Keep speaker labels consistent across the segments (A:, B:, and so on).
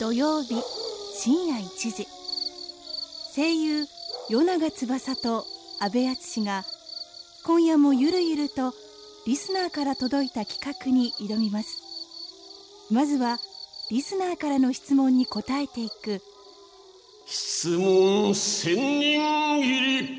A: 土曜日深夜1時声優与永翼と阿部淳が今夜もゆるゆるとリスナーから届いた企画に挑みますまずはリスナーからの質問に答えていく
B: 質問千人切り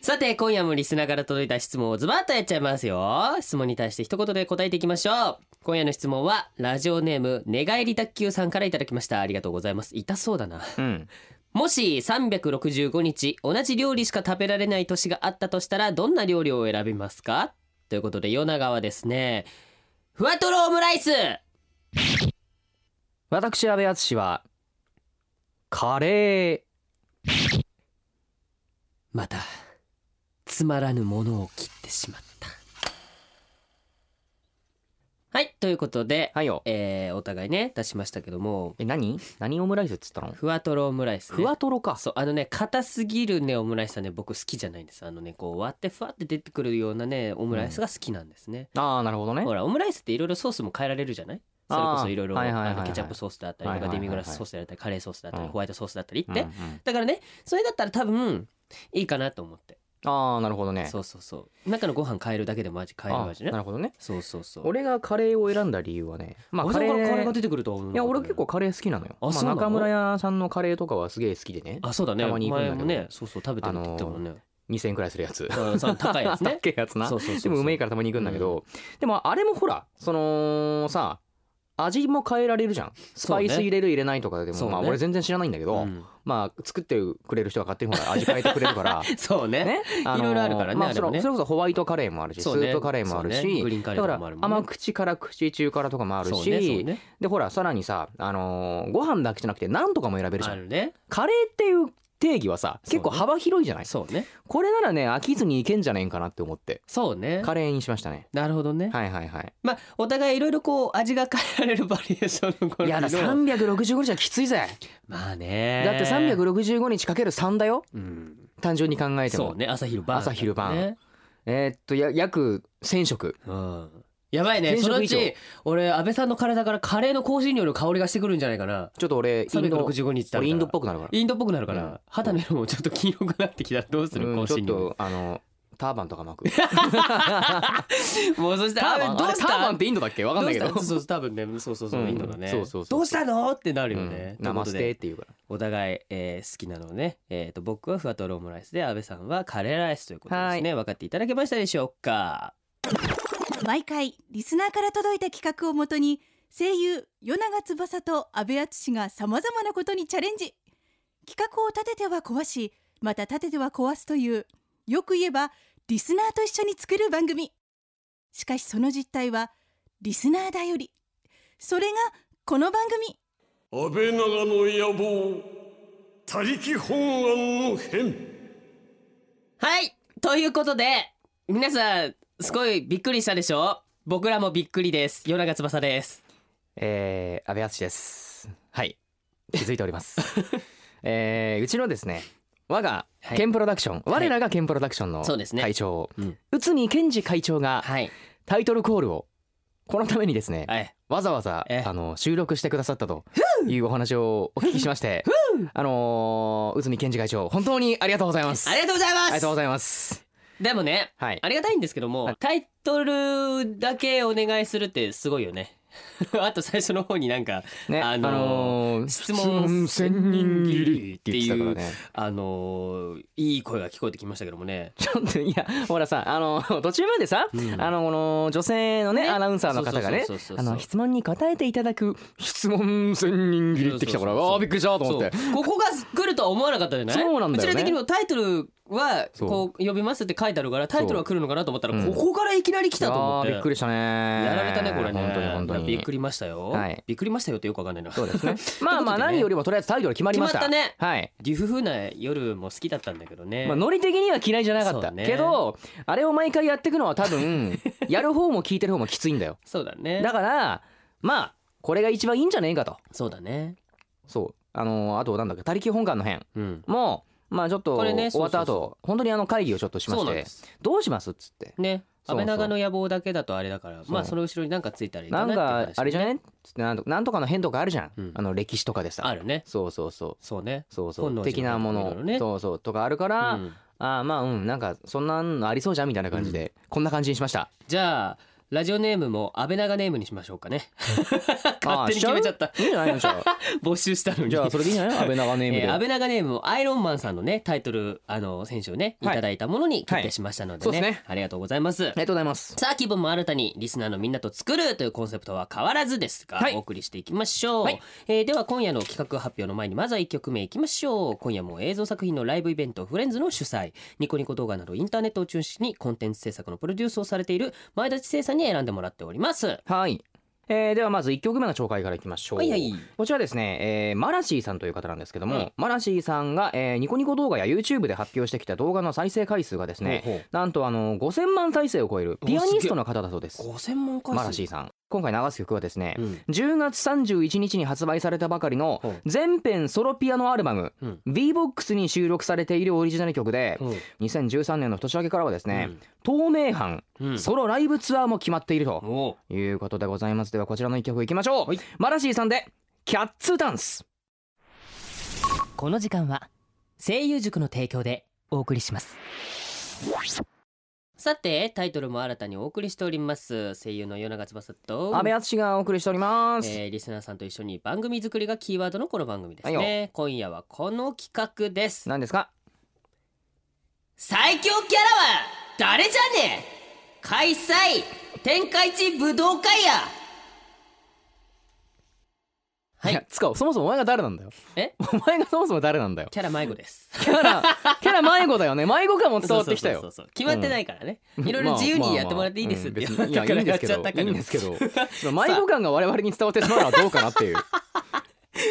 C: さて今夜もリスナーから届いた質問をズバッとやっちゃいますよ質問に対して一言で答えていきましょう今夜の質問はラジオネーム寝返り卓球さんからいただきましたありがとうございます痛そうだな
D: うん
C: もし365日同じ料理しか食べられない年があったとしたらどんな料理を選びますかということで夜長はですねふわとろオムライス
D: 私阿部淳はカレ
C: またつまらぬものを切ってしまったはいということで
D: ー、はいよ
C: えーお互いね出しましたけども
D: え何何オムライスっつったの
C: ふわとろオムライス、ね、
D: ふわとろか
C: そうあのね硬すぎるねオムライスはね僕好きじゃないんですあのねこう割ってふわって出てくるようなねオムライスが好きなんですね、
D: ああなるほどね
C: ほらオムライスっていろいろソースも変えられるじゃないそれこ
D: あ
C: そ
D: ー
C: いろいろ
D: はいはいはいはい
C: あのケチャップソースだったりと
D: はいは
C: か
D: いは
C: デ
D: いはい
C: ミグラスソースだったりカレーソースだったり
D: うん
C: ホワイトソースだったりっ
D: うんう
C: て、
D: ん
C: だからねそれだったら多分いいかなと思って、
D: ああなるほどね
C: そうそうそう中のご飯変えるだけでも味変える
D: あ
C: 味
D: ー
C: ね
D: なるほどね
C: そうそうそう
D: 俺がカレーを選んだ理由はねまあ
C: あ
D: カ
C: そ
D: レ
C: こからカレー
D: ー
C: が出てくるとは思う
D: いや俺結構カレー好きなのよ
C: あ
D: まあ
C: そうなの
D: 中村屋さんのカレーとかはすげえ好きでね
C: あそうだね
D: たまに行くんだ
C: 前
D: け
C: も
D: ど
C: ねそうそう食べてるって言ったもんね、
D: 2000円くらいするやつ
C: うんそう高いやつね
D: 高いやつな
C: そうそうそう
D: で
C: そう
D: もうめえからたまに行くんだけど、でもあれもほらそのさ味も変えられるじゃんスパイス
C: そうね
D: 入れる入れないとかでも、
C: そうね
D: まあ俺全然知らないんだけど、
C: うん
D: まあ作ってくれる人が勝手にほら味変えてくれるから
C: そうね
D: ね、
C: いろいろあるからね
D: まあ
C: あれ
D: そ
C: も
D: の
C: ね
D: それこそホワイトカレーもあるし、ス
C: そうね
D: ープカレーもある
C: そう
D: し、
C: ねグリーンカレ
D: だ
C: ー
D: か
C: とからもあるもんね
D: 甘口から口中からとかもある
C: そう
D: し、
C: ねそうね
D: でほらさらにさあのーご飯だけじゃなくて何とかも選べるじゃ
C: あ
D: ん
C: るね
D: カレーっていう定義はさ結構
C: そうね
D: 幅広いじゃない、
C: そうね
D: これならね飽きずにいけんじゃねえんかなって思って
C: そうね
D: カレーにしましたね
C: なるほどね、
D: はいはいはい
C: まあお互いいろいろこう味が変えられるバリエーションのこの
D: いやだ
C: 色を
D: 365日はきついぜ、
C: まあね
D: だって365日かける3だよ
C: うん
D: 単純に考えても
C: そうね朝昼晩
D: 朝昼晩
C: ね
D: えーっとや約1000食
C: うんやばいね
D: 転
C: そ
D: 職
C: のう
D: 以上
C: ち俺安倍さんの体からカレーの香辛料の香りがしてくるんじゃないかな
D: ちょっと俺インド
C: 365日食べたら
D: 俺インドっぽくなるから
C: インドっぽくなるから、
D: うん
C: 肌の色もちょっと黄色くなってきたらどうする、
D: う
C: 香
D: んちょっ
C: 辛料
D: とあの ターバンとか巻く
C: もうそしたらあ
D: ど
C: ど
D: う
C: う
D: し
C: したた
D: ターバンってインドだっけわかんないけど
C: ど うしたそうそう多分ねそうそうそう、
D: うん
C: インドだね
D: そうそうそう
C: どうしたのってなるよね、
D: うんナマス
C: という
D: テっ
C: ことで
D: ていうから
C: お互い、えー好きなのをね、えー、と僕はふわとろオムライスで安倍さんはカレーライスということですね分かっていただけましたでしょうか
A: 毎回リスナーから届いた企画をもとに声優与永翼と阿部淳がさまざまなことにチャレンジ企画を立てては壊しまた立てては壊すというよく言えばリスナーと一緒に作る番組しかしその実態はリスナーだよりそれがこの番組
B: 安倍長の野望他力本願の変
C: はいということで皆さんすごいびっくりしたでしょ僕らもびっくりです夜長翼です
D: えー、安倍敦です。はい、気づいており ます。えー、うちのですね、我が
C: はい
D: ケンプロダクション、
C: い
D: 我らがケンプロダクションの
C: そうですね
D: 会長、
C: うん
D: 内海健二会長が
C: はい
D: タイトルコールをこのためにですね、
C: はい
D: わざわざ
C: ええ
D: あの収録してくださったというお話をお聞きしまして、あのー、内海健二会長、本当にありがとうございます。
C: ありがとうございます
D: ありがとうございます。
C: でもね
D: はい
C: あ。りがたいんですけども、
D: はい
C: タイトルだけお願いするってすごいよね あと最初の方になんか
D: ね、
C: あ
D: あ
C: のー
D: のー、
C: 質問
D: 千人切りって言ってたからね。
C: あのーいい声が聞こえてきましたけどもね、
D: ちょっといやほらさあの 途中までさ、
C: うん
D: あのこの女性のね
C: ね
D: アナウンサーの方がね
C: そうそうそうそう
D: あの質問に答えていただく質問千人切りってきたから
C: そうそうそう
D: あーびっくりしたと思って
C: そうここが来るとは思わなかったじゃない
D: そうなんだ
C: ちら
D: よね
C: 的にもタイトルは
D: そう
C: こう呼びますって書いてあるからタイトルは来るのかなと思ったら
D: そううん
C: ここからいきなり来たと思っ
D: い
C: て
D: やーびっくりしたね
C: や
D: や
C: られたねこれね
D: 本当に本当
C: いやびっ
D: に
C: くりましたよ、
D: はい
C: びっくりましたよってよくわかんないな
D: そう ですねまあまあ
C: ということでね
D: 何よりもとりあえずタイトル決まりました
C: 決まったね
D: はい
C: デュフフな夜も好きだったんだけどね、
D: まあ、ノリ的には嫌いじゃなかった、
C: そうね
D: けどあれを毎回やっていくのは多 分やる方も聞いてる方もきついんだよ
C: そうだね
D: だからまあこれが一番いいんじゃねえかと
C: そうだね
D: そうあのーあとなんだっけ他力本願の編
C: うん
D: もまあちょっと
C: これね
D: 終わった後、
C: そうそう
D: 本当にあの会議をちょっとしま
C: そう
D: し
C: なんで
D: て
C: す
D: どうしますっつって
C: ね
D: そうそう
C: 安倍長の野望だけだとあれだから
D: そう
C: まあその後ろになんかついたらいい
D: な
C: か
D: ん
C: なって
D: か
C: 話
D: あれじゃねつってなんとなんとかの変とかあるじゃん、
C: うん
D: あの歴史とかでさ
C: あるね
D: そうそうそう
C: そうね
D: そうそ
C: 本能
D: う
C: 寺
D: 的なも
C: とかいろいろ
D: の、
C: ね
D: そうそうとかあるから、
C: うん
D: あーまあうんなんかそんなのありそうじゃんみたいな感じで、こんな感じにしました
C: じゃあラジオネームも安倍長ネームにしましょうかね
D: あ
C: 勝手に決めちゃった
D: いいんじゃないのじ ゃあ
C: 募集したのに
D: じゃあそれでいいん じゃない安倍長ネームで、
C: えー、安倍長ネームをアイロンマンさんのねタイトルあの選手をねい
D: はい
C: ただいたものに決
D: は
C: 定
D: い
C: しましたのでね,、
D: そうですね
C: ありがとうございます
D: ありがとうございます
C: さあ気分も新たにリスナーのみんなと作るというコンセプトは変わらずですが、
D: はい
C: お送りしていきましょう、
D: はい
C: えーでは今夜の企画発表の前にまずは1曲目いきましょう今夜も映像作品のライブイベントフレンズの主催ニコニコ動画などインターネットを中心にコンテンツ制作のプロデュースをされている前田知生さんに選んでもらっております
D: はい、えーではまず1曲目の紹介からいきましょう
C: はいはい
D: こちらですね、えーマラシーさんという方なんですけども、
C: うん
D: マラシーさんが、えーニコニコ動画や YouTube で発表してきた動画の再生回数がですね、
C: ほうほう
D: なんとあの5000万再生を超える
C: お
D: ピアニストの方だそうです
C: 5000万回数
D: マラシーさん今回流す曲はですね、
C: うん
D: 10月31日に発売されたばかりの
C: ほう
D: 全編ソロピアノアルバム
C: うん
D: B-BOX に収録されているオリジナル曲で
C: うん
D: 2013年の年明けからはですね、透明版
C: うんうん
D: ソロライブツアーも決まっていると
C: おう
D: いうことでございますではこちらの一曲いきましょう、
C: はい
D: マラシーさんでキャッツダンス
C: この時間は声優塾の提供でお送りしますさてタイトルも新たにお送りしております声優の与永翼と
D: 阿部淳がお送りしております、
C: えーリスナーさんと一緒に番組作りがキーワードのこの番組ですね、
D: はい
C: 今夜はこの企画です
D: 何ですか
C: 最強キャラは誰じゃねえ開催天下一武道会やはい
D: やつかそもそもお前が 誰なんだよ
C: え
D: お前がそもそも誰なんだよ
C: キャラ迷子です
D: キャラ キャラ迷子だよね迷子感も伝わってきた
C: そう
D: よ
C: そうそうそう決まってないからね、
D: うん
C: いろいろ自由にやってもらっていいですって、
D: ま あまあまあうん別にいやいいんですけどいいんですけどその
C: さあ
D: 迷子感が我々に伝わってしまうのはどうかなっていう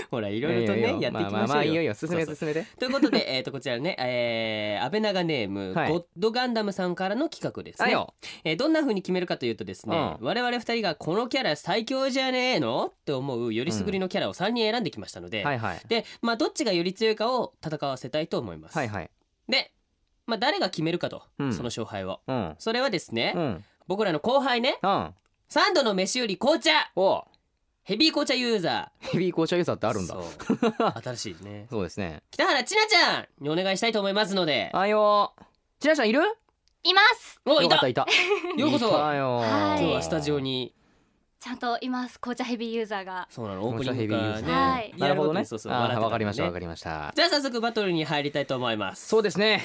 C: ほ らいろいろとね
D: いいよいいよ
C: やっていきましょうよ、
D: まあまあまあいいよいいよ進め
C: そうそう
D: 進めて
C: ということで、えー、とこちらね、えー、安倍長ネーム、
D: はい
C: ゴッドガンダムさんからの企画です
D: はい
C: ね、
D: よ
C: えーどんな風に決めるかというとですね、
D: う
C: 我々二人がこのキャラ最強じゃねえのって思うよりすぐりのキャラを三人選んできましたので、
D: はいはい
C: で、まあ、どっちがより強いかを戦わせたいと思います、
D: はいはい
C: で、まあ、誰が決めるかと、
D: うん
C: その勝敗を
D: うん
C: それはですね、
D: うん
C: 僕らの後輩ね
D: うん
C: 三度の飯より紅茶
D: おう
C: ヘビー紅茶ユーザー
D: ヘビー紅茶ユーザーってあるんだ
C: そう 新しいね
D: そうですね
C: 北原千奈ちゃんにお願いしたいと思いますので
D: あよちなちゃんいる
E: います
C: おい
D: よかった た
C: よ
D: いた
C: うこそ
D: いた
C: 今
D: よ
E: はい
C: 日はスタジオに
E: ちゃんといます紅茶ヘビーユーザーが
C: そうなのオー
D: オー
C: プ
D: プ
C: ニ
D: ニ
C: ン
D: ン
C: グ
D: グ
C: か
D: からら
C: ね
D: ね
E: はい
D: なるほどね
C: そうそう
D: あーわかりました
C: 笑
D: わ
C: ってたからね
D: かりました
C: じゃあ早速バトルに入りたいと思います
D: そうですね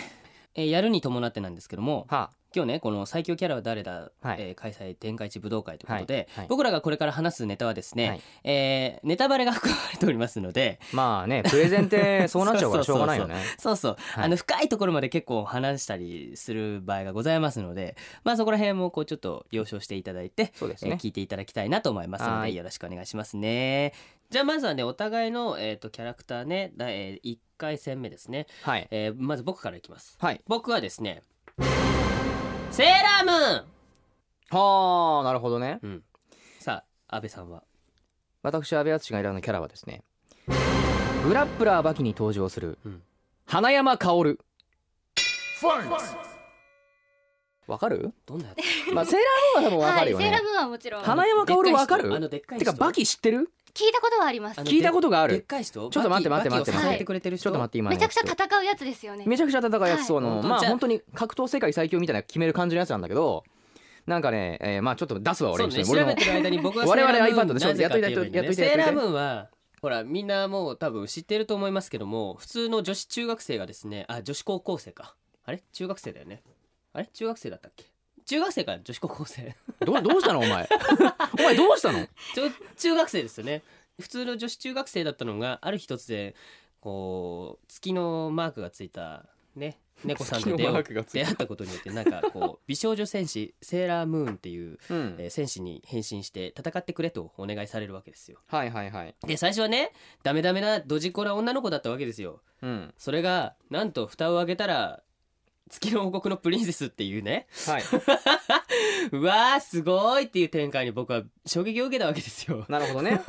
C: えーやるに伴ってなんですけども
D: は
C: 今日ねこの最強キャラは誰だ、
D: はい
C: えー開催天下一武道会ということで、
D: はいはい
C: 僕らがこれから話すネタはですね、
D: はい
C: えーネタバレが含まれておりますので
D: まあねプレゼンってそうなっちゃうからしょうがないよね
C: そうそう、
D: はい
C: あの深いところまで結構話したりする場合がございますのでまあそこら辺もこうちょっと了承していただいて、
D: そうです
C: えー
D: ね
C: 聞いていただきたいなと思いますの
D: は
C: で
D: い
C: よろしくお願いしますねじゃあまずはねお互いの、えー、とキャラクターね、だえ1回戦目ですね、
D: はい
C: えーまず僕からいきます
D: はい
C: 僕はですねセーラームーン
D: はあなるほどね
C: うん、さあ安倍さんは
D: 私阿部淳が選んだキャラはですねグラップラーバキに登場する
C: うん
D: 花山薫わかる
C: どんなやつ
D: まあセーラームーンは多分わかるよ
E: はい、セー
D: ね
E: ラムーンはもちろん
D: 花山薫わか
C: でっい人あの
D: る
C: でっかい
D: て
C: 人
D: かバキ知ってる
E: 聞いたことはあります
C: あの
D: 聞いたことがあ
C: でっ
D: る
C: かい人
D: ちょっと待って
C: バキ
D: 待って
C: バキを
E: 待って
C: 支えてくれてる
D: ち
C: 人
D: ょっと待って今の
E: めちゃくちゃ
D: ちょっ
E: 戦うやつですよね
D: とめちゃくちゃ戦うやつそう
C: は
D: の
C: い
D: まあ
C: じゃあ
D: 本当に格闘世界最強みたいな決める感じのやつなんだけどなんかねえーまあちょっと出すわ
C: そ
D: 俺
C: う
D: に
C: ね
D: 俺
C: 調
D: の
C: べてる間に僕は
D: 我々
C: セーラームーン
D: iPad でしょ
C: なぜかって言えばいいんだよね
D: やっといてやっと
C: セー
D: いてやっと
C: ラ
D: いて
C: ームーンはほらみんなもう多分知ってると思いますけども普通の女子中学生がですねあ女子高校生かあれ中学生だよねあれ中学生だったっけ中学生か女子高校生
D: どうどうしたのお前 お前どうしたの
C: ちょ中学生ですよね普通の女子中学生だったのがある日突然こう月のマークがついたね猫さんと出会う
D: が
C: 出会ったことによってなんかこう美少女戦士セーラームーンっていう、
D: うん
C: えー戦士に変身して戦ってくれとお願いされるわけですよ
D: はいはいはい
C: で最初はねダメダメなドジコな女の子だったわけですよ
D: うん
C: それがなんと蓋を開けたら月の王国のプリンセスっていうね
D: はいう
C: わーすごいっていう展開に僕は衝撃を受けたわけですよ
D: なるほどね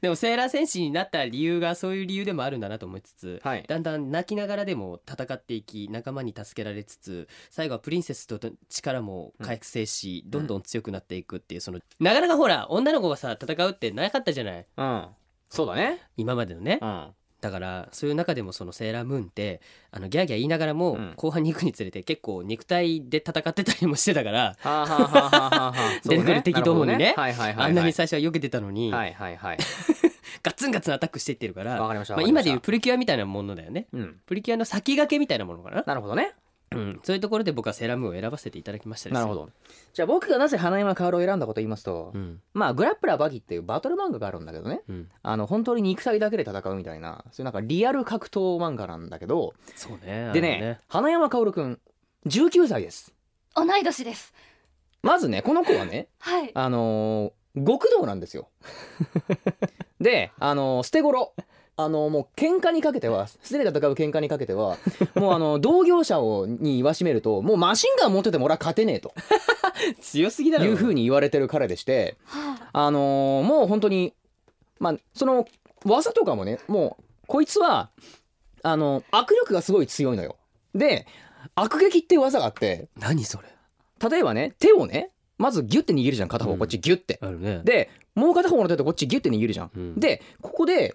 C: でもセーラー戦士になった理由がそういう理由でもあるんだなと思いつつ
D: はい
C: だんだん泣きながらでも戦っていき仲間に助けられつつ最後はプリンセスと力も覚醒し、どんどん強くなっていくっていうそのなかなかほら女の子がさ戦うってなかったじゃない
D: うんそうだね
C: 今までのね
D: うん
C: だからそういう中でもそのセーラームーンってあのギャーギャー言いながらも、
D: うん
C: 後半に行くにつれて結構肉体で戦ってたりもしてたから、
D: はあはあはあはあはあ
C: 出てくる敵どもにね
D: そうだはいはいはいはい
C: あんなに最初は避けてたのに、
D: はいはいはい
C: ガッツンガッツンアタックしていってるから
D: わかりました
C: まあ、
D: わかり
C: 今
D: ました
C: でいうプリキュアみたいなものだよね
D: うん
C: プリキュアの先駆けみたいなものかな、
D: なるほどね
C: うん、そういうところで僕はセーラームーンを選ばせていただきましたです
D: な
C: よ
D: るほどじゃあ僕がなぜ花山薫を選んだことを言いますと、
C: うん
D: まあグラップラーバギっていうバトル漫画があるんだけどね
C: うん、
D: あの本当に肉体だけで戦うみたいなそういうなんかリアル格闘漫画なんだけど
C: そうね
D: でね花山薫くん19歳です
E: 同い年です
D: まずねこの子はね
E: はい
D: あのー極道なんで すよであのー捨て頃あのーもう喧嘩にかけては素手で戦う喧嘩にかけては もうあのー同業者をに言わしめるともうマシンガン持ってても俺は勝てねえと
C: あれね 強すぎだろ
D: いうふうに言われてる彼でして
E: は
D: あのーもう本当にまあその技とかもねもうこいつはあの握力がすごい強いのよ。で握撃っていう技があって
C: 何それ
D: 例えばね手をねまずギュッて握るじゃん片方
C: うん
D: こっちギュッて。
C: あるね、
D: でもう片方の手とこっちギュッて握るじゃん。
C: うん、
D: でここで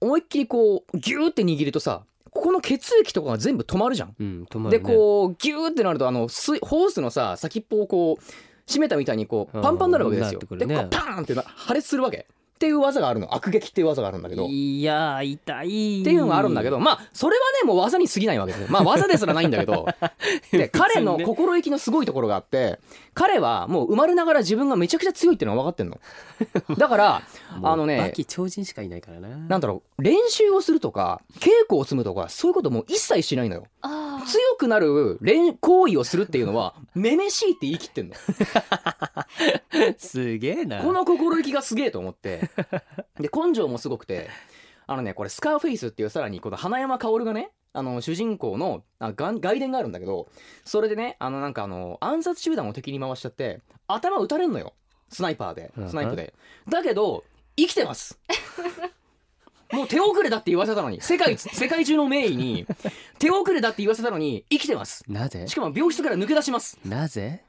D: 思いっきりこうギューって握るとさここの血液とかが全部止まるじゃん。
C: うん、止ま
D: で
C: るね
D: こうギューってなるとあの水ホースのさ先っぽをこう締めたみたいにこ
C: う
D: うんパンパンになるわけです
C: なっ
D: よ
C: て。く
D: で
C: るね
D: こうパーンってな破裂するわけっていう技があるの悪撃っていう技があるんだけど。っ
C: いやー痛い
D: ていうのがあるんだけどまあそれはねもう技に過ぎないわけですよ。まあ技ですらないんだけどで彼の心意気のすごいところがあって彼はもう生まれながら自分がめちゃくちゃ強いっていうのは分かってんの。 だからあのね
C: バキ超人しかいないからな
D: なんだろう練習をするとか稽古を積むとかそういうこともう一切しないのよ。
E: ああ
D: 強くなる練行為をするっていうのはめめしいって言い切ってんの。
C: すげえな
D: この心意気がすげえと 思ってで根性もすごくてあのねこれスカーフェイスっていうさらにこの花山薫がねあの主人公のあがん外伝があるんだけどそれでねあのなんかあの暗殺集団を敵に回しちゃって頭打たれんのよスナイパーで
C: うん
D: スナイプでだけど生きてます もう手遅れだって言わせたのに世界世界中の名医に手遅れだって言わせたのに生きてます
C: なぜ
D: しかも病室から抜け出します
C: なぜ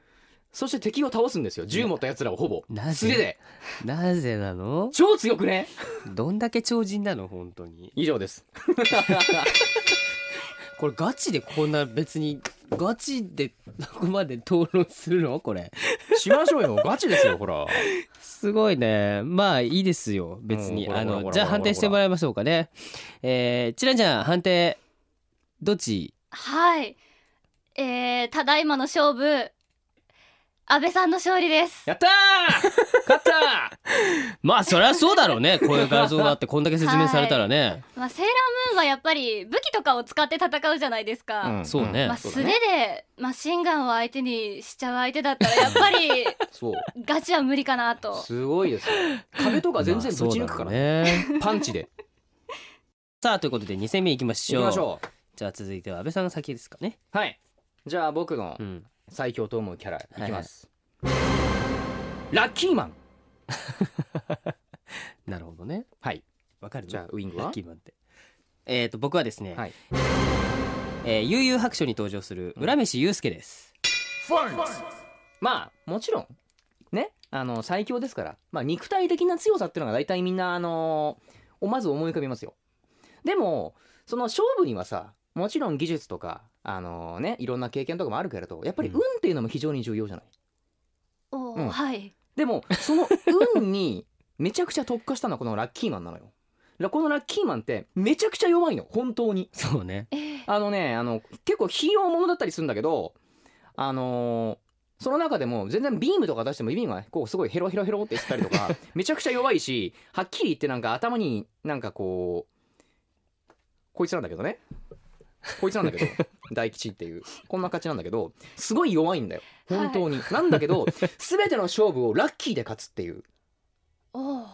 D: そして敵を倒すんですよ銃持った奴らをほぼ
C: なぜ
D: 素手で
C: なぜなの
D: 超強くね
C: どんだけ超人なの本当に
D: 以上です。
C: これガチでこんな別にガチでここまで討論するのこれ
D: しましょうよ。ガチですよ、ほら。
C: すごいねまあいいですよ別に
D: うんほら
C: あ
D: ほらほ
C: の
D: ら
C: じゃあ
D: ほら
C: 判定してもらいましょうかねえー、ちらちゃん判定どっち
E: はいえー、ただいまの勝負安倍さんの勝利です
D: やったー勝った
C: まあそりゃそうだろうねこういう画像があってこんだけ説明されたらね、
E: まあセーラームーンはやっぱり武器とかを使って戦うじゃないですか、
D: ー
C: そうね
E: まあ、
D: そう
E: 素
D: だ
E: 手
D: ね
E: でマシンガンを相手にしちゃう相手だったらやっぱり
D: そう。
E: ガチは無理かなと
D: すごいですよ。壁とか全然ぶち抜くから
C: まあそうだ。ろうね
D: パン チで。
C: さあということで2戦目いきまし
D: 行
C: ょ
D: き
C: う
D: ましょ
C: じゃあ続いては安倍さんが先ですかね
D: う。はい。じゃあ僕の
C: うん
D: 最強と思うキャラいきます。ラッキーマン。
C: なるほどね
D: はい。
C: わかる
D: じゃあウイング
C: ラッ
D: は
C: キーマンってえー、と僕はですね、
D: はい。
C: えー、悠々白書に登場する浦飯祐介です、
D: まあ、もちろん。ね。あの、最強ですから。まあ、肉体的な強さっていうのが大体みんな、あのーまず思い浮かびますよ。でもその勝負にはさもちろん技術とかあのねいろんな経験とかもあるけれどやっぱり
C: うん
D: 運っていうのも非常に重要じゃない、
E: おー
D: うん
E: はい
D: でもその運にめちゃくちゃ特化したのはこのラッキーマンなのよらこのラッキーマンってめちゃくちゃ弱いの本当に
C: そうね
E: えー
D: あのねあの結構費用ものだったりするんだけどあのーその中でも全然ビームとか出してもビームはこうすごいヘロヘロヘロって言ったりとかめちゃくちゃ弱いしはっきり言ってなんか頭になんかこうこいつなんだけどねこいつなんだけど大吉っていうこんな感じなんだけどすごい弱いんだよ本当に、なんだけど全ての勝負をラッキーで勝つっていう
E: おー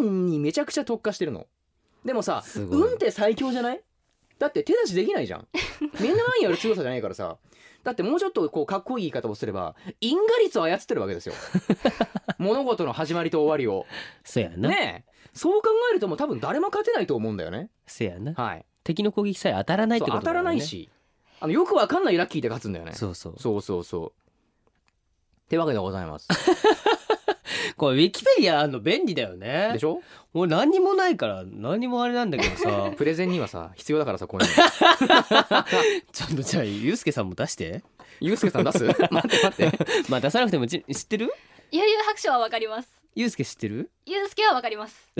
D: 運にめちゃくちゃ特化してるのでもさ
C: すごい
D: 運って最強じゃないだって手出しできないじゃん目の前にある強さじゃないからさだってもうちょっとこうかっこいい言い方をすれば因果率を操ってるわ けですよ物事の始まりと終わりを
C: そうやな、
D: ねえそう考えるともう多分誰も勝てないと思うんだよね
C: そうやな
D: はい
C: 敵の攻撃さえ当たらないって
D: そう
C: こと
D: 当
C: だ
D: た
C: も
D: ら
C: んね
D: ないしあのよくわかんないラッキーで勝つんだよね
C: そうそう
D: そうそうそうってわけでございます
C: これウィキペディアあんの便利だよね
D: でしょ
C: 俺何にもないから何にもあれなんだけどさ
D: プレゼンにはさ必要だからさこういうの
C: ちょっとじゃあゆうすけさんも出して
D: ゆうすけさん 出す待って待って
C: まあ出さなくてもち知ってる
E: 悠々白書はわかります
C: ゆうすけ知ってる
E: ゆうすけはわか ります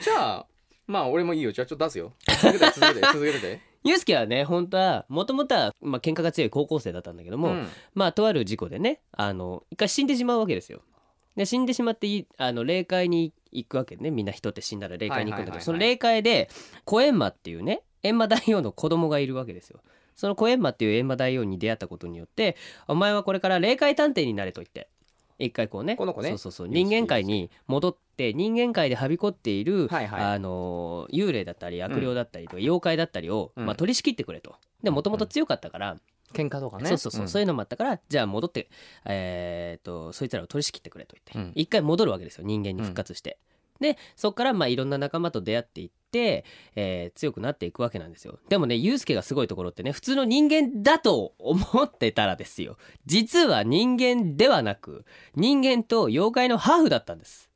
D: じゃあまあ俺もいいよじゃあちょっと出すよ続けて続けて続けてて、
C: ゆうすけはね本当はもともとは、まあ喧嘩が強い高校生だったんだけども、
D: うん
C: まあとある事故でねあの一回死んでしまうわけですよ。で死んでしまっていあの霊界に行くわけねみんな人って死んだら霊界に行くんだ
D: はいはいはい
C: け
D: は
C: ど
D: い
C: その霊界で小閻魔っていうね閻魔大王の子供がいるわけですよ。その小閻魔っていう閻魔大王に出会ったことによってお前はこれから霊界探偵になれと言って一回こうね
D: この子ね
C: そうそうそう
D: ゆうすけ
C: 人間界に戻って人間界ではびこっている、
D: はいはい
C: あのー幽霊だったり悪霊だったりとか妖怪だったりを、
D: うん
C: まあ、取り仕切ってくれと。でもともと強かったから、
D: 喧嘩とかね
C: そうそうそう、
D: ん
C: そういうのもあったからじゃあ戻ってえーっとそいつらを取り仕切ってくれと言って、
D: うん
C: 一回戻るわけですよ人間に復活して、でそっからまあいろんな仲間と出会っていって、えー強くなっていくわけなんですよでもねユうスケがすごいところってね普通の人間だと思ってたらですよ実は人間ではなく人間と妖怪のハーフだったんです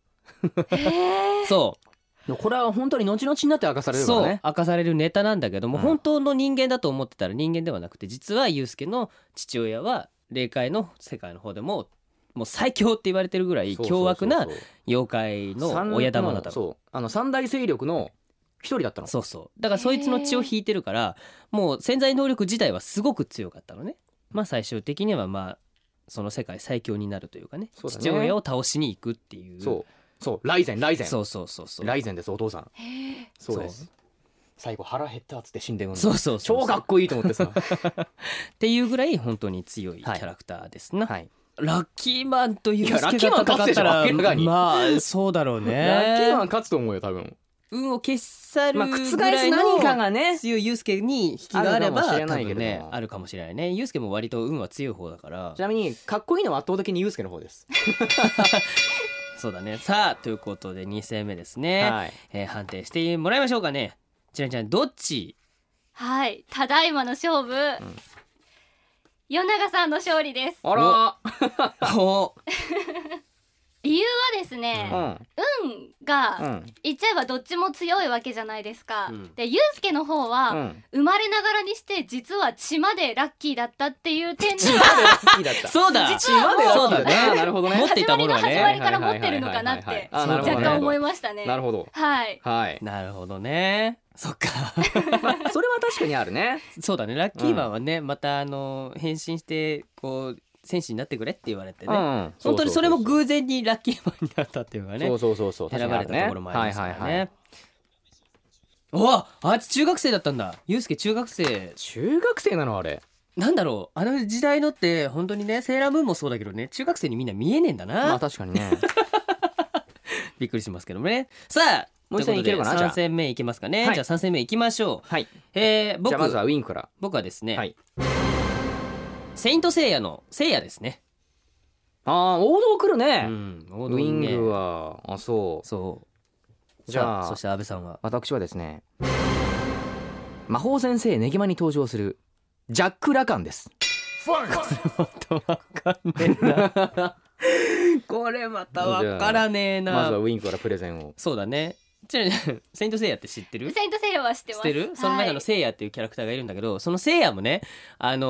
C: そう
D: でもこれは本当に後々になって明かされるか
C: そ
D: ら
C: う
D: ね
C: 明かされるネタなんだけども、
D: うん
C: 本当の人間だと思ってたら人間ではなくて実はユうスケの父親は霊界の世界の方でももう最強って言われてるぐらい
D: そうそうそう
C: 凶悪な
D: そう
C: 妖怪
D: 三
C: の親玉だったのそう
D: そうあの三大勢力の一人だったの
C: そうだからそいつの血を引いてるからもう潜在能力自体はすごく強かったのねまあ最終的にはまあその世界最強になるというかね
D: そうだね
C: 父親を倒しに行くっていう
D: そうそうライゼンライゼン
C: そうそうそうそう
D: ライゼンですお父さんそうで
C: そ
D: す最後腹減ったっつって死んでるんだ
C: そうそうそう
D: 超かっこいいと思ってさ
C: っていうぐらい本当に強いキャラクターですな、
D: はい
C: ラッキーマンという
D: いや
C: 助けがかかったら
D: ラッキーマン勝つでしょ明らかに
C: まあそうだろうね
D: ラッキーマン勝つと思うよ多分
C: 運を消さる
D: まあ
C: ぐ
D: 覆す
C: らいの
D: 何かがね
C: 強いユースケに引きがあれば
D: あるかもし
C: 多
D: れないけ
C: 分
D: れども
C: ねあるかもしれないねユースケも割と運は強い方だから
D: ちなみにかっこいいのは圧倒的にユウスケの方です
C: そうだねさあということで2戦目ですね、
D: はい
C: えー判定してもらいましょうかねちなみちゃんどっち
E: はいただいまの勝負、与永さんの勝利です
D: あら
C: お
E: 理由はですね、
D: う
E: 運が、
D: んうん
E: 言っちゃえばどっちも強いわけじゃないですか、
C: うん
E: でゆうすけの方は、
D: うん
E: 生まれながらにして実は血までラッキーだったっていう点で
D: 血ま
E: は
D: でラッキーだっ た
C: そうだ
E: 実はもう
C: そうだ
D: あー
C: ね
D: なるほどね
C: 持っていたものは
E: 始まり
C: ね
E: から持ってるのかなって
D: はいはいはいはいはいあーなるほど
E: 若
D: ね
E: 干思いましたね
D: なるほど
E: はい
D: はい
C: なるほどねそっか
D: それは確かにあるね
C: そうだねラッキーマンはね、またあの変身してこう戦士になってくれって言われてね、
D: 本
C: 本当にそれも偶然にラッキーマンになったっていうかね
D: そうそうそうそう
C: 選ばれたところもありますか
D: はい
C: ら
D: はいはい
C: ね。おあいつ中学生だったんだユうスケ中学生
D: 中学生なのあれ
C: なんだろうあの時代のって本当にねセーラームーンもそうだけどね中学生にみんな見えねえんだな、
D: まあ確かにね
C: びっくりしますけどもねさあ
D: もう一戦いけるかなじゃあ
C: 3戦目いきますかね、
D: はい
C: じゃあ3戦目いきましょう、
D: はい
C: えー
D: じ
C: 僕
D: ゃあまずはウィンから
C: 僕はですね、
D: はい
C: セイントセイヤのセイヤですね、
D: ああ王道来る
C: う
D: ね
C: ん、王
D: ウ
C: 道
D: ィ
C: にね
D: ングはあそう
C: そう
D: じゃあ
C: さそして安倍さんは
D: 私はですね魔法先生ネギマに登場するジャック・ラカンです
C: わかんねえな これまたわからねえな、
D: まずはウィンクからプレゼンを
C: そうだねちなみに セイントセイヤって知ってる
E: セイントセイヤは知って
C: 知
E: ま
C: っ
E: す
C: てるその中のセイヤっていうキャラクターがいるんだけど、そのセイヤもねあの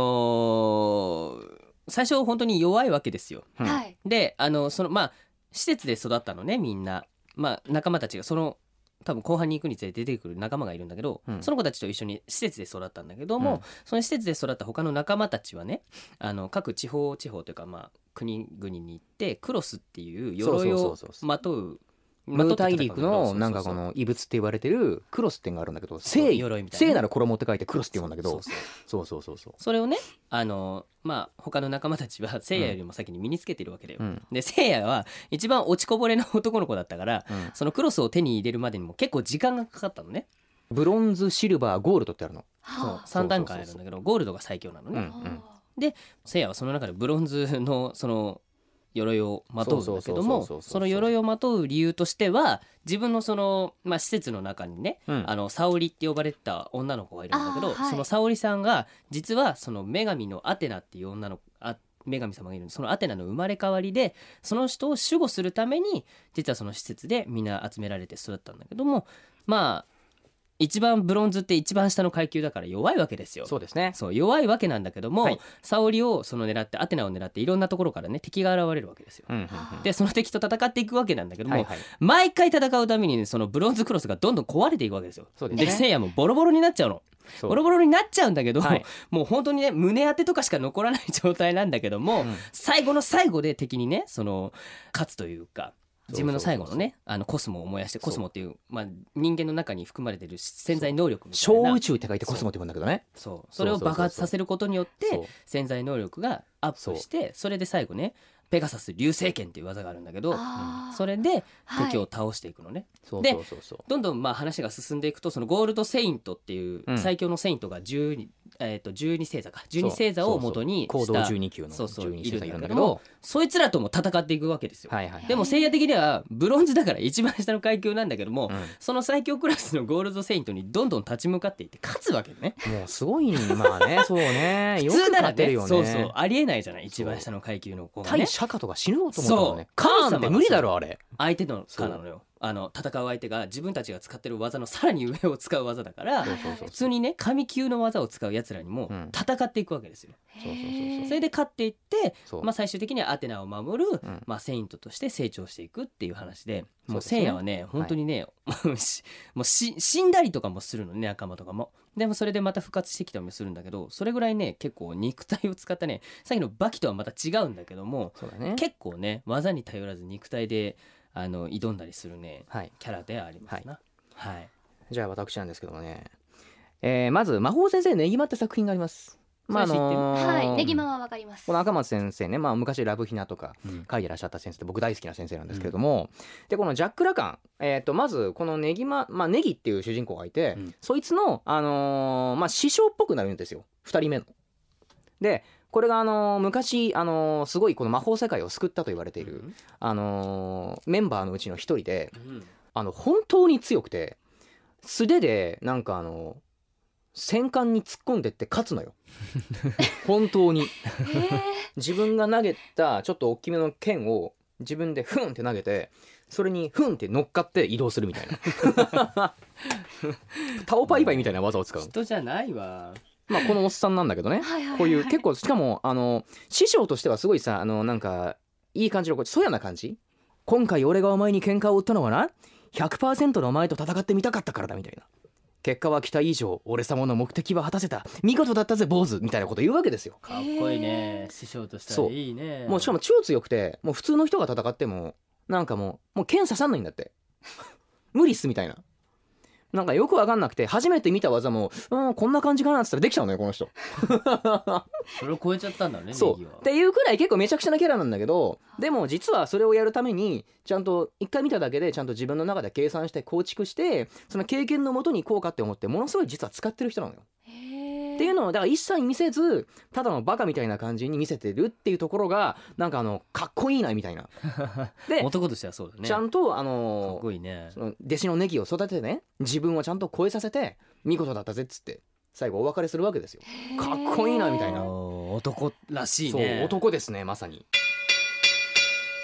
C: ー最初本当に弱いわけですよ
E: はい、はい
C: であのそのまあ施設で育ったのねみんなまあ仲間たちがその多分後半に行くにつれて出てくる仲間がいるんだけど、
D: うん
C: その子たちと一緒に施設で育ったんだけども、
D: うん
C: その施設で育った他の仲間たちはねあの各地方地方というかまあ国々に行ってクロスっていう鎧
D: そうそう
C: を
D: そうそう
C: まとう
D: ムー大陸の
C: そうそうそう
D: なんかこの異物って言われてるクロスっていうのがあるんだけど
C: そう
D: 聖
C: 鎧みたいな
D: 聖なる衣って書いてクロスって言うんだけ
C: そ
D: ど
C: うそう
D: そうそうそうそう
C: それをねあのまあ他の仲間たちは聖夜よりも先に身につけてるわけだよ、
D: うん
C: で聖夜は一番落ちこぼれの男の子だったから
D: うん
C: そのクロスを手に入れるまでにも結構時間がかかったのね
D: ブロンズシルバーゴールドってあるの
E: はあ
C: 3段階あるんだけどゴールドが最強なのね、
D: うんうん
E: はあ
C: で聖夜はその中でブロンズのその鎧をまとうんだけど
D: そうそうそうそうそうそう
C: もその鎧をまとう理由としては自分のその、まあ、施設の中にね、
D: うん
C: あの沙織って呼ばれてた女の子がいるんだけ
E: あ
C: ど、
E: ーはい
C: その沙織さんが実はその女神のアテナっていう女の子あ女神様がいるんでそのアテナの生まれ変わりでその人を守護するために実はその施設でみんな集められて育ったんだけどもまあ一番ブロンズって一番下の階級だから弱いわけですよ。
D: そうですね
C: そう弱いわけなんだけども、
D: はい
C: 沙織をその狙ってアテナを狙っていろんなところからね敵が現れるわけですよ。
D: うんうんうん
C: でその敵と戦っていくわけなんだけども、
D: はいはい
C: 毎回戦うためにねそのブロンズクロスがどんどん壊れていくわけですよ。
D: そうです
C: で
D: ね
C: 聖夜もボロボロになっちゃうの
D: そう
C: ボロボロになっちゃうんだけど、
D: はい
C: もう本当にね胸当てとかしか残らない状態なんだけども、
D: うん
C: 最後の最後で敵にねその勝つというか
D: そうそうそうそう
C: 自分の最後のねあのコスモを燃やしてコスモっていう、まあ、人間の中に含まれてる潜在能力みたいな
D: 小宇宙って書いてコスモって言うんだけどね
C: そう
D: そ
C: そうれ
D: そうそうそう
C: を爆発させることによって
D: そう
C: 潜在能力がアップしてそれで最後ねペガサス流星剣っていう技があるんだけど
E: あー
C: それで
E: はい
C: 敵を倒していくのね、
D: そう
C: で
D: そうそうそう
C: どんどんまあ話が進んでいくとそのゴールド・セイントっていう
D: うん
C: 最強のセイントが12、えー、と12星座か12星座
D: そう
C: を元に
D: そう
C: し
D: そう行
C: た
D: 動12級の
C: そうそう
D: 12星座
C: い
D: いるんだけ
C: るんだけ
D: ど
C: どそいつらとも戦っていくわけですよ。
D: はいはい
C: でも聖夜的にはブロンズだから一番下の階級なんだけども、
D: うん
C: その最強クラスのゴールド・セイントにどんどん立ち向かっていって勝つわけね。
D: もうすごいまあ ねそうね
C: 普
D: よ
C: 通
D: く
C: なら
D: 勝て
C: ね
D: るよね
C: そうそうありえないじゃない一番下の階級の子がね
D: 対釈迦とか死ぬと思ったもん
C: そ
D: ね
C: う
D: カーンって無理だろあれ
C: 相手のかなのよあの戦う相手が自分たちが使ってる技のさらに上を使う技だから
E: そう
D: そうそう
C: 普通にね神級の技を使うやつらにも
D: うん
C: 戦っていくわけですよ、
E: へ
D: そうそうそうそう
E: ー
C: それで勝っていって、
D: そう
C: まあ、最終的にはアテナを守る、
D: うん
C: まあ、セイントとして成長していくっていう話で
D: そう
C: もう
D: ですね
C: 聖夜はね本当にね、しもうし死んだりとかもするのね仲間とかもでもそれでまた復活してきたりもするんだけどそれぐらいね結構肉体を使ったねさっきのバキとはまた違うんだけども
D: そうだね
C: 結構ね技に頼らず肉体であの挑んだりするね
D: はい
C: キャラでありますなはい、
D: じゃあ私なんですけどもねえーまず魔法先生ねぎまって作品がありますまああ
C: それ知ってる
D: のー
E: はいねぎまはわかります
D: この赤松先生ね、まあ、昔ラブヒナとか
C: うん
D: 書いてらっしゃった先生で僕大好きな先生なんですけれども、でこのジャック・ラカン、えー、とまずこのネギマ、まあ、ネギっていう主人公がいて、
C: うん
D: そいつの、あのーまあ、師匠っぽくなるんですよ2人目の。でこれが、あのー昔、あのーすごいこの魔法世界を救ったと言われている、あのーメンバーのうちの一人で
C: うん
D: あの本当に強くて素手でなんかあの戦艦に突っ込んでって勝つのよ本当に。
E: へー
D: 自分が投げたちょっと大きめの剣を自分でフンって投げてそれにフンって乗っかって移動するみたいなタオパイパイみたいな技を使う、
C: 人じゃないわ
D: まあ、このおっさんなんだけどね
E: はいはいは
D: こういう結
E: 構
D: 構しかもあの師匠としてはすごいさあのなんかいい感じのこうそやな感じ今回俺がお前に喧嘩を売ったのはな100%のお前と戦ってみたかったからだみたいな結果は期待以上俺様の目的は果たせた見事だったぜ坊主みたいなこと言うわけですよ
C: かっこいいね師匠としたらいいね
D: もうしかも超強くてもう普通の人が戦ってもなんかもうもう剣刺さんないんだって無理っすみたいななんかよくわかんなくて初めて見た技もうんこんな感じかなっつったらできちゃうのよこの人
C: それを超えちゃったんだね
D: そう
C: ネギは
D: っていうくらい結構めちゃくちゃなキャラなんだけどでも実はそれをやるためにちゃんと一回見ただけでちゃんと自分の中で計算して構築してその経験のもとにこうかって思ってものすごい実は使ってる人なのよ
E: っ
D: っていうのをだから一切見せずただのバカみたいな感じに見せてるっていうところがなんかあのかっこいいなみた いなで
C: 男としてはそうだね
D: ちゃんとあ
C: か
D: の
C: っこいいね
D: その弟子のネギを育ててね自分をちゃんと超えさせて見事だったぜっつって最後お別れするわけですよ。かっこいいなみたいな
C: おー男らしい
D: そ
C: ね
D: う男ですねまさに。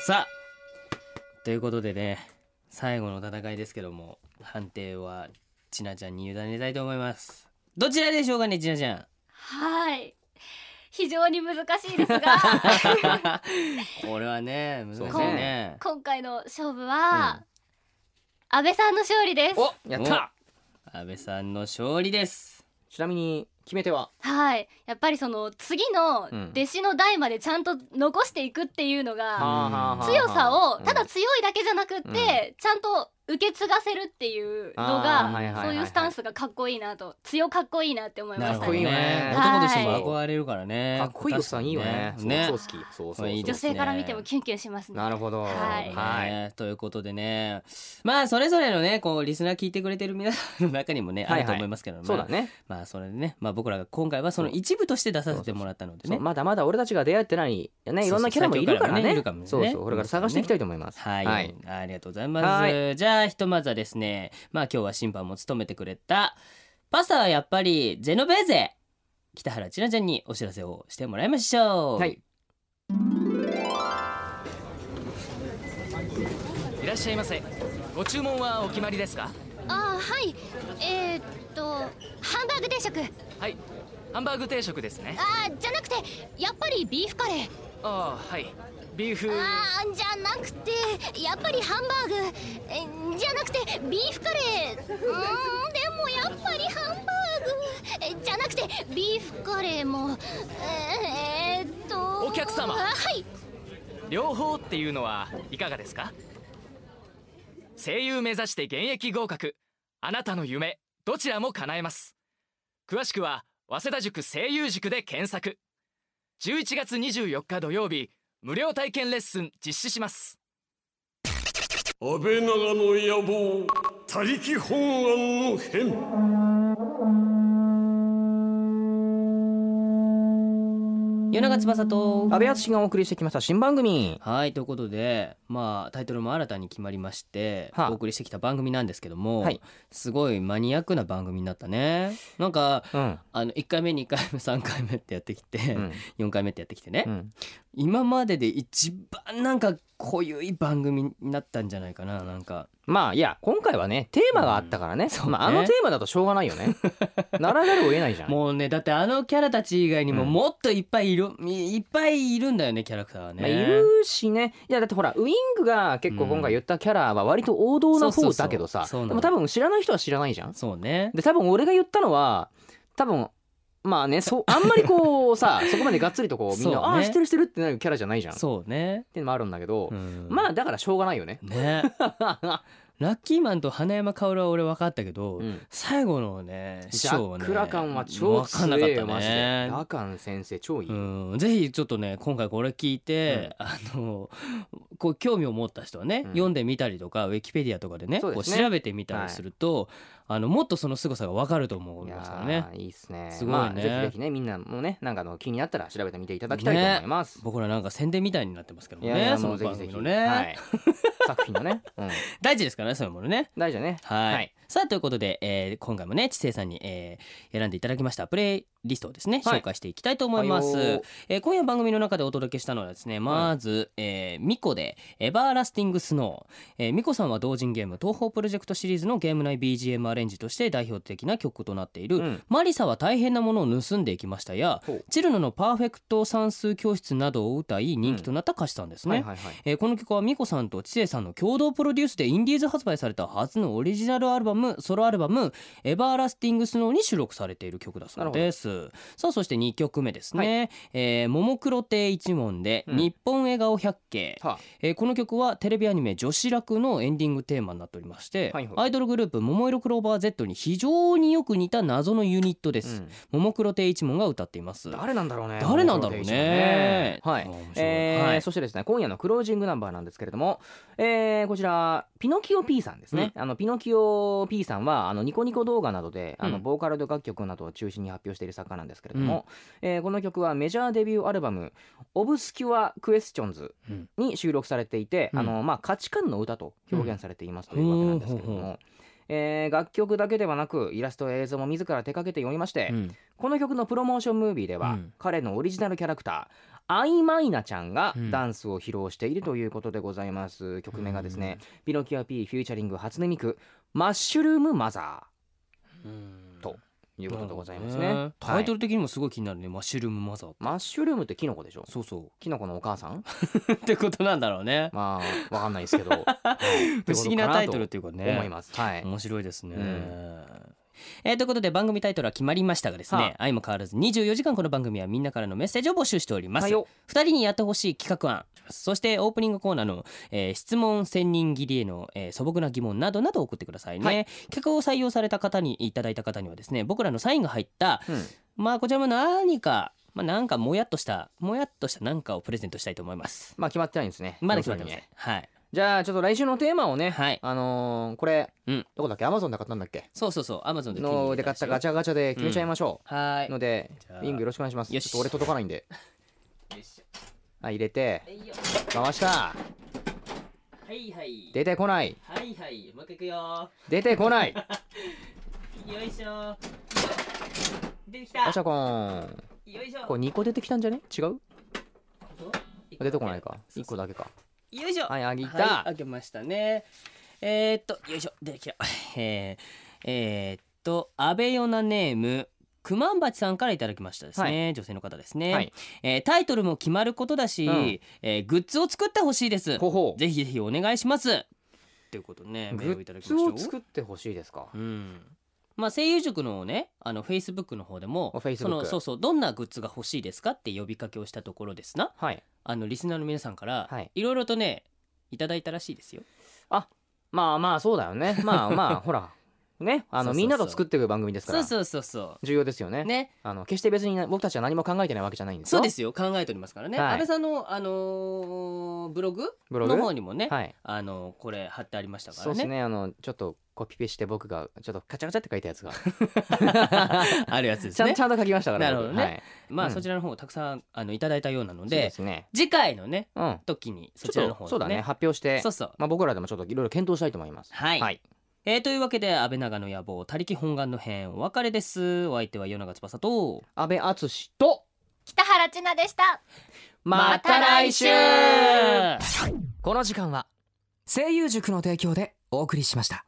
C: さあということでね最後の戦いですけども判定はちなちゃんに委ねたいと思いますどちらでしょうかねちなちゃ ん
E: はい非常に難しいです が
C: これはね難しい
D: そう
C: ね
E: 今回の勝負は、安倍さんの勝利です
D: おやった
C: 安倍さんの勝利です
D: ちなみに決め手は
E: はいやっぱりその次の
D: うん
E: 弟子の代までちゃんと残していくっていうのが、
C: はあはあはあ
E: 強さをただ
D: つ
E: 強いだけじゃなくって、
D: うん
E: ちゃんと受け継がせるっていうの
D: あーはいはいはいはい
E: がそういうスタンスがかっこいいなと強かっこいいなって思いま
C: なる
E: し
C: ほ
E: た
C: ど
E: ね
D: かっこいい
C: ね
D: ね
C: 男として
E: は
C: も
E: い
C: 憧れるからね
D: かっこいいおっさんいいよね。
C: ね
D: そうそう好き。そうそうそう
C: いいで
E: 女
C: すね
E: 性から見てもキュンキュンしますね
D: なるほど。
E: はい
D: はい。
C: ということでねまあそれぞれのねこうリスナー聞いてくれてる皆さんの中にもね
D: は
C: あ
D: いはい
C: ると思いますけど
D: そうだ
C: ね
D: ね。
C: まあそれでねまあ僕らが今回はその一部として出させてもらったので
D: そう
C: ね
D: まだまだ俺たちが出会ってないねいろんなキャラもいるか
C: そうそう最強キャラ
D: ら
C: もねい
D: ね
C: るからね。
D: そうそうこれから探していきたいと思います。
C: はい、
D: はい。
C: ありがとうございますじゃあひとまずはですねまあ今日は審判も務めてくれたパスタはやっぱりジェノベーゼ北原千奈ちゃんにお知らせをしてもらいましょう
D: はい。
F: いらっしゃいませご注文はお決まりですか
E: あーはいえー、っとハンバーグ定食
F: はいハンバーグ定食ですね
E: あーじゃなくてやっぱりビーフカレー
F: ああはいビーフ
E: あーじゃなくてやっぱりハンバーグえじゃなくてビーフカレーうーんでもやっぱりハンバーグえじゃなくてビーフカレーもえーえーっと
F: お客様
E: あはい
F: 両方っていうのはいかがですか声優目指して現役合格あなたの夢どちらも叶えます詳しくは早稲田塾声優塾で検索11月24日土曜日無料体験レッスン実施します
B: 安倍長の野望他力本願の変
C: 夜長翼と
D: 安倍敦がお送りしてきました新番組。
C: はいということでまあタイトルも新たに決まりまして、
D: はあ
C: お送りしてきた番組なんですけども、
D: はい
C: すごいマニアックな番組になったねなんか
D: うん。
C: あの1回目2回目3回目ってやってきて、
D: うん
C: 4回目ってやってきてね、
D: うん。
C: 今までで一番なんか濃ゆい番組になったんじゃないかななんか
D: まあいや今回はねテーマがあったからね。
C: うね
D: まああのテーマだとしょうがないよ ね。ならざるを得ないじゃん。
C: もうねだってあのキャラたち以外にも
D: うん
C: もっといっぱいいる、いいっぱいいるんだよねキャラクターはね、
D: まあ、いるしねいやだってほらウイングが結構今回言ったキャラは割と王道な方だけどさ
C: そうそうそうそうな
D: で
C: の
D: も多分知らない人は知らないじゃん
C: そうね
D: で多分俺が言ったのは多分まあね そうあんまりこうさそこまでがっつりとこうみ
C: そ
D: んな、
C: うね
D: ああ知ってる知ってるってなるキャラじゃないじゃんっ
C: そうね、
D: てのもあるんだけど、
C: うん
D: まあだからしょうがないよね
C: ねラッキーマンと花山薫は俺分かったけど、
D: うん
C: 最後のね師
D: ジャ
C: 匠は
D: ッ
C: ね
D: クラカンは
C: 分
D: 超
C: かん
D: 強
C: なかっ
D: い
C: た
D: よマジで
C: ね
D: ラカン先生超いい、
C: うん、ぜひちょっとね今回これ聞いて、あのこう興味を持った人はね、
D: うん
C: 読んでみたりとかウィキペディアとかでね
D: そう
C: こ
D: で
C: う
D: すね
C: 調べてみたりすると、あのもっとその凄さがわかると思い
D: いや
C: ますからね
D: ーいいっすね
C: すごいね
D: まあ、ぜひぜひねみんなもねなんかあの気になったら調べてみていただきたいと思います、
C: 僕らなんか宣伝みたいになってますけど
D: い
C: も
D: や
C: ね
D: いや
C: そ
D: も
C: の
D: うぜ
C: 番
D: ひぜ
C: 組
D: ひ、
C: のね、
D: はい、作品のね、うん、
C: 大事ですからねそういうものね
D: 大事だね
C: はい、
D: はい
C: さあということで、えー今回もね知性さんに、えー選んでいただきましたプレイリストをですね、
D: はい
C: 紹介していきたいと思います、
D: はいよー
C: えー今夜番組の中でお届けしたのはですねまず、えーミコでエバーラスティングスノー、えー、ミコさんは同人ゲーム東宝プロジェクトシリーズのゲーム内 BGM アレンジとして代表的な曲となっている、
D: うん
C: マリサは大変なものを盗んでいきましたや
D: ほう
C: チルノのパーフェクト算数教室などを歌い人気となった歌詞さんですね、
D: はいはいはい
C: えーこの曲はミコさんと知性さんの共同プロデュースでインディーズ発売された初のオリジナルアルバムソロアルバム「エバーラスティングスノー」に収録されている曲だそうですさあそして2曲目ですね「えーももクロ亭一門」で「
D: うん
C: 日本笑顔百景」
D: はあ
C: えーこの曲はテレビアニメ「女子楽」のエンディングテーマになっておりまして、
D: はいはい
C: アイドルグループ「桃色クローバー Z」に非常によく似た謎のユニットで
D: う
C: す
D: ん、
C: ももクロ亭一門が歌っています
D: 誰なんだろうね
C: 誰なんだろうね
D: はい
C: 面白い
D: えー
C: はい
D: そしてですね今夜のクロージングナンバーなんですけれども、えーこちらピノキオ P さんですね、あのピノキオ P さんはあのニコニコ動画などであ
C: う
D: の
C: ん
D: ボーカル楽曲などを中心に発表している作家なんですけれども、えーこの曲はメジャーデビューアルバム「オブスキュア・クエスチョンズ
C: うん」
D: に収録されていて、
C: うん
D: あのまあ、価値観の歌と表現されていますというわけなんですけれ
C: う
D: ど
C: んほうほうほ
D: も。えー楽曲だけではなくイラストや映像も自ら手掛けて読みまして、
C: うん
D: この曲のプロモーションムービーで
C: う
D: は、
C: ん
D: 彼のオリジナルキャラクターアイマイナちゃんが
C: うん
D: ダンスを披露しているということでございます、曲名がですね「ピノキオ P フューチャリング初音ミクマッシュルームマザー」ということでございますね
C: なるほどタイト
D: ル
C: ル的にもすごい気になるね、マッシュルームマザーって
D: マッシュルームってキノコでしょ
C: そうそ
D: キノコのお母さん
C: うってことなんだろうね、
D: まあわかん ないですけど、はい
C: 不思議なタイトルっていうかね
D: 思いますはい
C: 面白いですね、
D: う
C: えーということで番組タイトルは決まりましたがですね、
D: は
C: 相も変わらず24時間この番組はみんなからのメッセージを募集しております、
D: はいよ
C: 2人にやってほしい企画案そしてオープニングコーナーの、えー質問千人切りへの、えー素朴な疑問などなど送ってくださいね、
D: は
C: 企画を採用された方にいただいた方にはですね僕らのサインが入った、
D: うん
C: まあこちらも何か、まあ、なんかもやっとしたもやっとした何かをプレゼントしたいと思います
D: まあ決まってないんですね
C: まだ決まってません、
D: 要するにね
C: はい
D: じゃあちょっと来週のテーマをね、
C: はい
D: あのーこれ、
C: うん
D: どこだっけアマゾンで買ったんだっけ
C: そうそうそうアマゾンで手に入
D: の
C: れ
D: で買
C: ま
D: っ
C: した
D: た
C: よ
D: ガチャガチャで決めちゃいましょう、
C: はーい
D: ので
C: じゃあ
D: ウィングよろしくお願いします
C: よし
D: ちょっと俺届かない んであ入れて回した
C: はいはい
D: 出てこない
C: はいはいもう一回いくよ
D: 出てこな い
C: よいしょ出てき
D: ガ
C: た
D: チャコーン
C: よいし
D: こ
C: ょ
D: れ2個出てきたんじゃね違う
C: 一個
D: 出てこないか
C: そうそう
D: 1個だけか
C: よいしょ
D: はいあげた、
C: はい、開けましたね。えー、っと、よいしょ、出てきた。 えー、えーっと、安倍よなネーム。くまんばちさんからいただきましたですね、女性の方ですね、
D: はい
C: えータイトルも決まることだし、
D: うん
C: えーグッズを作ってほしいです
D: ほほう
C: ぜひぜひお願いしますということでねメールを
D: グ
C: いただ
D: ッ
C: き
D: ズ
C: ましたよ
D: を作ってほしいですか
C: うんまあ声優塾のねあのフェイスブックの方でも
D: あ Facebook
C: そのそうそうどんなグッズが欲しいですかって呼びかけをしたところですな
D: はい
C: あのリスナーの皆さんから、
D: はい
C: いろいろとねいただいたらしいですよ
D: まあまあそうだよ ねまあまあほらね
C: そうそうそ
D: あの
C: う
D: みんなと作っていく番組ですか
C: そう
D: ら
C: そうそうそ
D: 重要ですよね
C: うね
D: あの決して別にな僕たちは何も考えてないわけじゃないんです
C: そ
D: よ
C: うですよ考えておりますからね、
D: はい
C: 安倍さんのあのーブログ
D: ブログ
C: の方にもね、
D: はい
C: あのーこれ貼ってありましたか
D: そう
C: ら
D: です
C: ね
D: ねあのちょっとコピペして僕がちょっとカチャカチャって書いたやつが
C: あるやつで
D: ち
C: す
D: ゃ
C: ね
D: んちゃ んと書きましたから
C: なるほどね
D: はい
C: まあ、
D: うん
C: そちらの方たくさんあのいただいたようなの
D: そうで
C: です
D: ね
C: 次回のね
D: うん
C: 時にそち
D: ち
C: ら
D: ょ
C: の
D: っ
C: 方で
D: とそうだね発表して
C: そうそう
D: まあ僕らでもちょっといろいろ検討したいと思います
C: はい、
D: はい
C: えーというわけで安倍長の野望他力本願の編お別れですお相手は与永翼と
D: 安倍敦と
E: 北原千奈でした
D: また来週
F: この時間は声優塾の提供でお送りしました